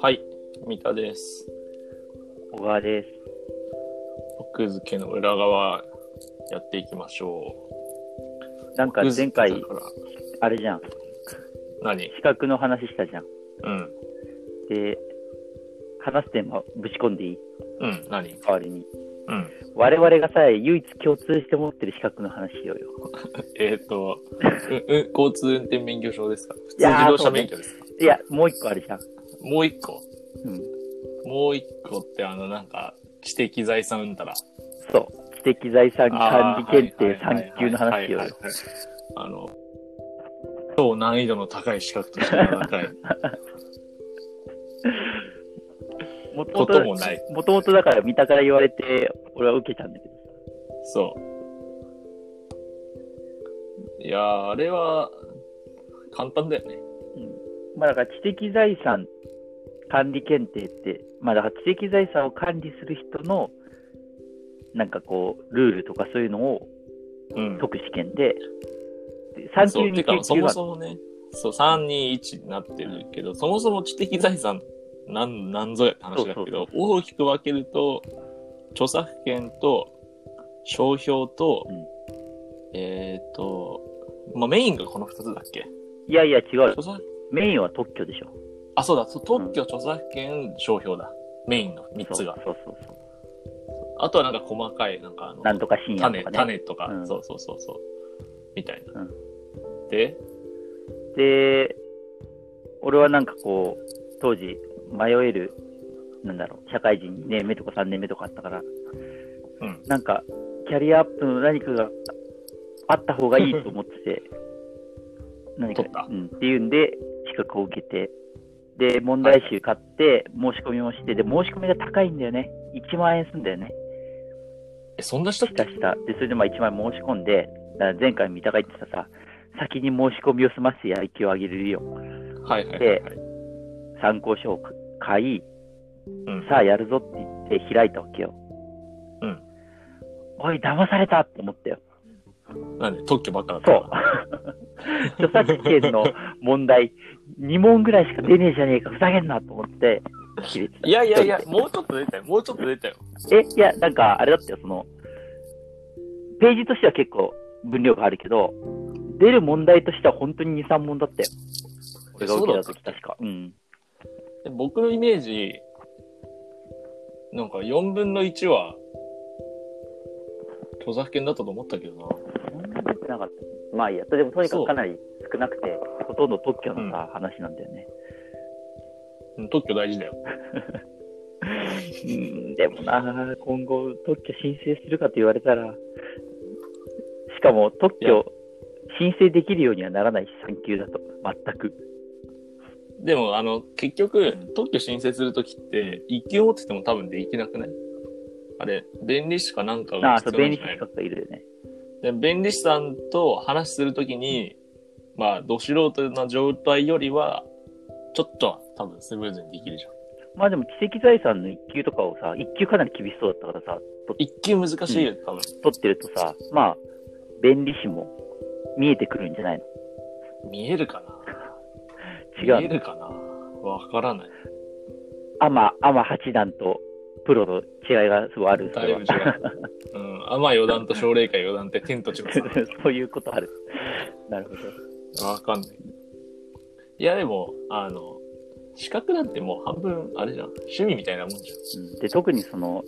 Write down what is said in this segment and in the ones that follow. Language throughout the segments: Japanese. はい、三田です。小川です。奥付けの裏側やっていきましょう。なんか奥前付け回だ、からあれじゃん、何資格の話したじゃん。うん。で、話すテーマぶち込んでいいうん、何代わりに。うん。我々がさ、唯一共通して持ってる資格の話しようよ。えっ、 と、うう交通運転免許証ですか普通いやー自動車そうね免許ですか、いや、もう一個あるじゃん。もう一個。うん。もう一個ってあの、なんか、知的財産うんたら。そう。知的財産管理検定あーはいはい3級の話しよはういよ。はいはいあの、超難易度の高い資格として名高 いもとこもとと、もない。もともとだから見たから言われて、俺は受けたんだけど。そう。いやー、あれは、簡単だよね。まあだから知的財産管理検定って、まあだから知的財産を管理する人の、なんかこう、ルールとかそういうのをうん。解く試験で、で3そ級、う、て2か、級、そ級もは、そもね、そう、3、2、1になってるけど、そもそも知的財産、なん、なんぞやって話だそけうそどう、大きく分けると、著作権と、商標と、うんえっ、と、まあ、メインがこの2つだっけいやいや違う。著作、メインは特許でしょ。あ、そうだ、そう特許、著作権、商標だ。メインの3つが。そうそうそうそあとはなんか細かい、なんかあのう。、なんとか深夜種とかね。種とか、うんそうそうそうそうみたいな、うでで、俺はなんかこう、当時、迷える、なんだろう、社会人2年目とか3年目とかあったかうら、んなんか、キャリアアップの何かがあった方がいいと思って て、何か取ったうん、っていうんで、資格を受けて、で、問題集買って、申し込みもして、で、申し込みが高いんだよね。1万円すんだよね。えそんな人っしたてした。で、それでまあ1万円申し込んで、だから前回三鷹言ってたさ、先に申し込みを済ませてやる気を上げるよ。はいはいはいはい、参考書を買い、うん、さあやるぞって言って開いたわけよ。うん。おい、騙されたって思ったよ。なんで特許ばっかだったそう。 著作権の問題、2問ぐらいしか出ねえじゃねえか、ふざけんなと思って、切れてたいやいやいやもうちょっと出たよもうちょっと出たよえ、いや、なんか、あれだったよ、その、ページとしては結構分量があるけど、出る問題としては本当に2、3問だったよ。俺が受けた時、そうだ確か。うん。で僕のイメージなんか4分の1は著作権だったと思ったけどなそんな出てなかった。まあいいや、でもとにかそうくかなり少なくて、ほとんど特許のさ、話なんだよね。うん特許大事だようん、でもな、今後特許申請するかと言われたら、しかも特いや許申請できるようにはならないし、3級だと、全く。でもあの結局特許申請するときって1級持ってても多分できなくないあれ弁理士かなんかあがあ、そう、必要な便ん利じゃない資の格がいるよね。で弁理士さんと話するときに、まあ、ど素人な状態よりは、ちょっとは多分スムーズにできるじゃん。まあでも知的財産の1級とかをさ、1級かなり厳しそうだったからさ、一級難しいよ、多分。取ってるとさ、まあ、便利士も見えてくるんじゃないの見えるか違なう見えの。るかなわからない。アマ、アマ八段とプロの違いがすごいある。そだれいはぶ違う。うん。天四段と奨励会四段って天と地の差 そういうことある。なるほど。わかんない。いや、でも、あの、資格なんてもう半分、あれじゃん。趣味みたいなもんじゃん。で特にその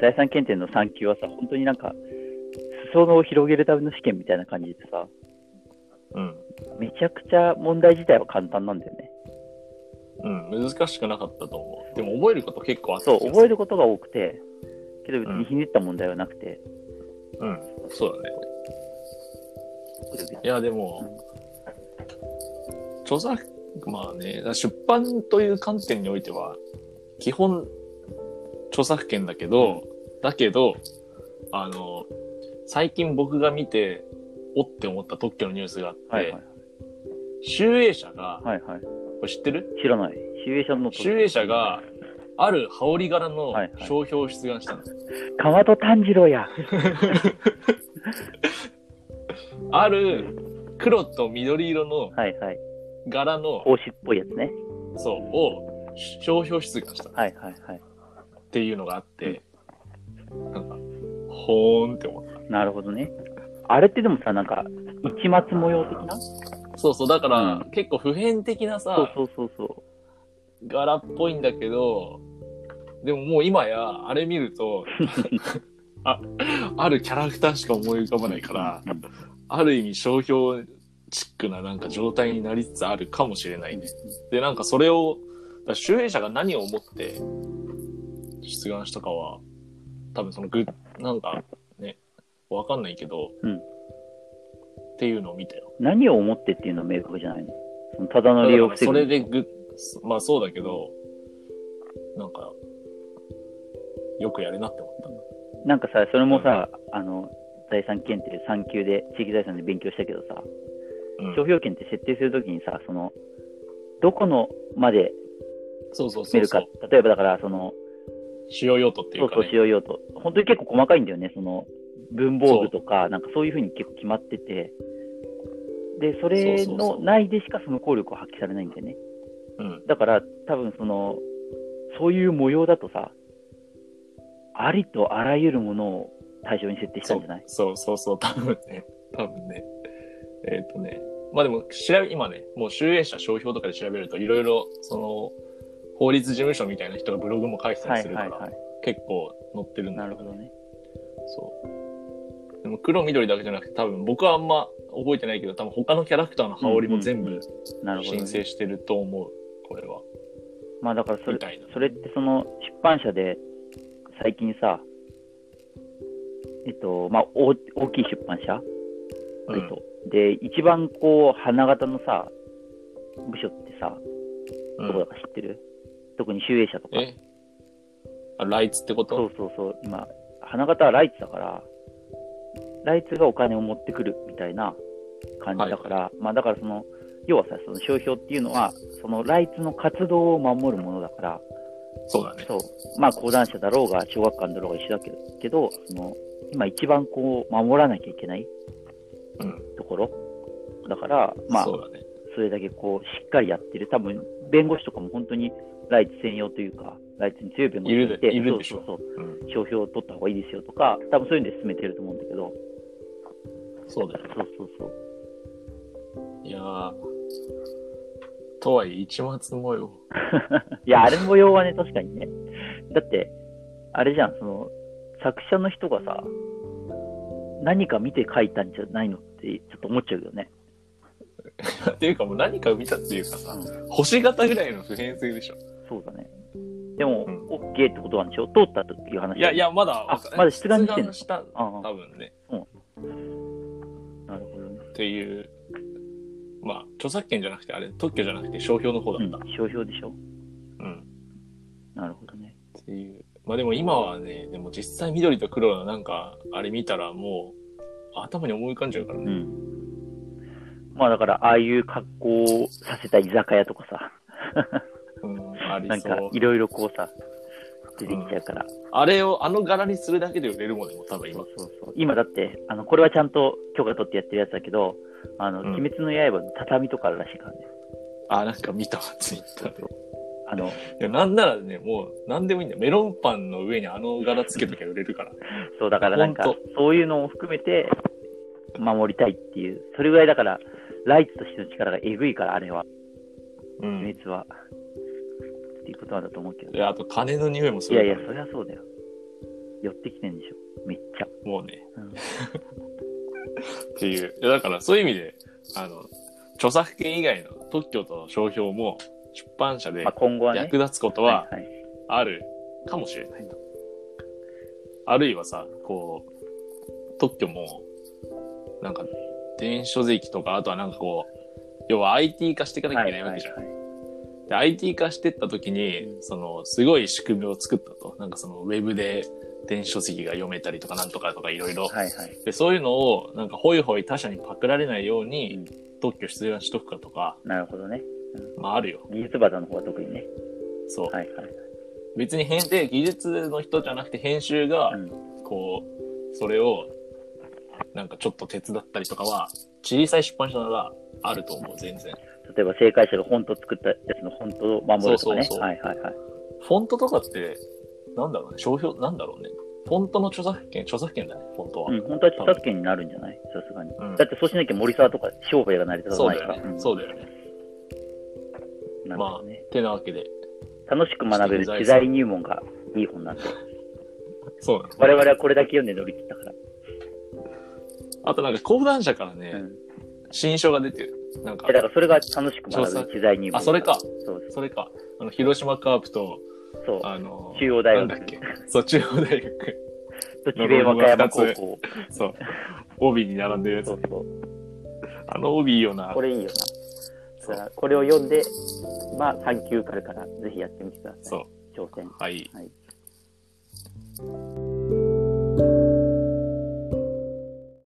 財産検定の3級はさ本当になんか裾野を広げるための試験みたいな感じでさうん。めちゃくちゃ問題自体は簡単なんだよねうん。難しくなかったと思う。でも覚えること結構あった気そがうする。覚えることが多くてけど別うんにひねった問題はなくて、うん。そうだね。いや、でも、著作、まあね、出版という観点においては、基本、著作権だけど、だけど、あの、最近僕が見て、おって思った特許のニュースがあって、はいはい集英社が、はいはいこれ知ってる知らない集英社の集英社が、ある羽織柄のはいはい商標を出願したんです。川戸炭治郎やある黒と緑色のはいはい。柄の、格子っぽいやつね。そう、を商標出願したっはいはいはい。ていうのがあって、なんか、ほーんって思っなるほどね。あれってでもさ、なんか、市松模様的なた。そうそう、だから、う結構普遍的なさ、そうそうそうそ柄っぽいんだけど、でももう今や、あれ見る と、あ、あるキャラクターしか思い浮かばないから、うんある意味商標チックななんか状態になりつつあるかもしれなう。いね。で、なんかそれを、だから集英社が何を思って出願したかは、多分そのグッ、なんかね、わかんないけど、うんっていうのを見たよ。何を思ってっていうのは明確じゃないのそのただの利用を防そぐ。れでグッ、まあそうだけど、なんか、よくやるなって思った。なんかさ、それもさ、あの、財産検定3級で、地域財産で勉強したけどさ、うん商標権って設定するときにさ、その、どこのまでそうそうそ見うるそかう。、例えばだから、その、使用用途っていそううかそう、ね使。用用途。本当に結構細かいんだよね、その、文房具とか、なんかそういうふうに結構決まってて、で、それそうそうそのう内でしかその効力を発揮されないんだよね。うん。だから、多分その、そういう模様だとさ、ありとあらゆるものを対象に設定したそんうじゃないそうそうそう、多分ね。多分ね。えっ、とね。まあでも、調べ、今ね、もう集英社商標とかで調べると、いろいろ、その、法律事務所みたいな人がブログも書いてたはりいするかはら、いはい。結構載ってるんだなけるどほどね。そう。でも黒緑だけじゃなくて、多分僕はあんま覚えてないけど、多分他のキャラクターの羽織も全うんうん部なるほど、申請ね。してると思う、これは。まあだからそれみ、たいな。それってその出版社で最近さ、えっと、まあ大大きい出版社、割とで、一番こう、花形のさ、部署ってさ、うどんこだか知ってる、特に集英社とか。えあライツってこそとうそうそう、今、花形はライツだから、ライツがお金を持ってくるみたいな感じだから、まあだからその、要はさ、その商標っていうのは、そのライツの活動を守るものだから、そうだね。そう、まあ講談社だろうが、小学館だろうが一緒だけど、けどその今一番こう、守らなきゃいけないうん。ところだから、まあ、そうだね。それだけこう、しっかりやってる。多分、弁護士とかも本当にライツ専用というか、ライツに強い弁護士がているでいるでしょそうそううん。そう商標を取った方がいいですよとか、多分そういうんで進めてると思うんだけど、そうだよね。そうそうそう。いやー。とはいえ、一松模様。 いや、あれ模様はね、確かにね。だって、あれじゃん、その、作者の人がさ、何か見て書いたんじゃないのって、ちょっと思っちゃうけどね。っていうかもう何かを見たっていうかさ、う星型ぐらいの普遍性でしょ。そうだね。でも、うん OK ってことなんでしょ通ったという話。いやい。や、まだあわかんない、まだ出願してんのした、ああ、多分ね。なるほどね。っていう。まあ、著作権じゃなくて、あれ、特許じゃなくて、商標の方だうっんた。、商標でしょうん。なるほどね。っていう。まあでも今はね、でも実際緑と黒のなんか、あれ見たらもう、頭に思い浮かんじゃうからうね。ん。まあだから、ああいう格好をさせた居酒屋とかさ、うん、ありなんそかうい。ろいろこうさ、出てきちゃうから、あれを、あの柄にするだけで売れるもんね、もう多分そ今う。そうそう。今だって、あの、これはちゃんと許可取ってやってるやつだけど、あの、うん鬼滅の刃の畳とかあるらしいからね。あ、なんか見たわ、ツイッターで。あの、いや、なんならね、もう、なんでもいいんだよ。メロンパンの上にあの柄つけときゃ売れるから。そうだからなんかほん、そういうのを含めて、守りたいっていう。それぐらいだから、ライツとしての力がえぐいから、あれは、う鬼ん。滅は。っていうことなんだと思うけど。で、あと、金の匂いもすいるやかいらや、ねそりゃそうだよ。寄ってきてんでしょ。めっちゃ。もうね。うんっていう。いやだから、そういう意味で、あの、著作権以外の特許と商標も、出版社でまあ、今後はね。役立つことは、いいあるかもしれないと。あるいはさ、こう、特許も、なんか、電子書籍とか、あとはなんかこう、要は IT 化していかなきゃいけないわけじゃん。はいはいはいで IT 化してった時に、うんその、すごい仕組みを作ったと。なんかその、ウェブで電子書籍が読めたりとか、なんとかとかいろいろ。はいはい。で、そういうのを、なんか、ホイホイ他社にパクられないように、うん特許出願しとくかとか、なるほどね。まああるよ。技術技の方は特にね。そう。はいはい。別に編で技術の人じゃなくて編集がうんこうそれをなんかちょっと手伝ったりとかは、小さい出版社ならあると思う、全然。例えば正解者がフォント作ったやつのフォントを守るとかそうそね。うそうはいはいはい。フォントとかって、なんだろうね、商標、なんだろうね。フォントの著作権、著作権だね、フォントは。うん、本当は著作権になるんじゃないさすがに。うんだってそうしなきゃ森沢とか商売が成り立たそうないだかよら。ね、んそうだよね。なるほどね。てなわけで。楽しく学べる知財入門がいい本なんで。そうなんです、我々はこれだけ読んで乗り切ったから。あとなんか講談社からね、うん。新書が出てる。なんかえ、だからそれが楽しく学べる知財入門。あそれか。そうそれか、あの、広島カープと、そう。あの、中央大学なんだっけ。そう、中央大学。と智弁和歌山高校。そう。帯に並んでるやそつう。そう。あの帯いいよなこ。れいいよそな。だかう。らこれを読んで、まあ3級からからぜひやってみてください。そう。挑戦。はい。はい。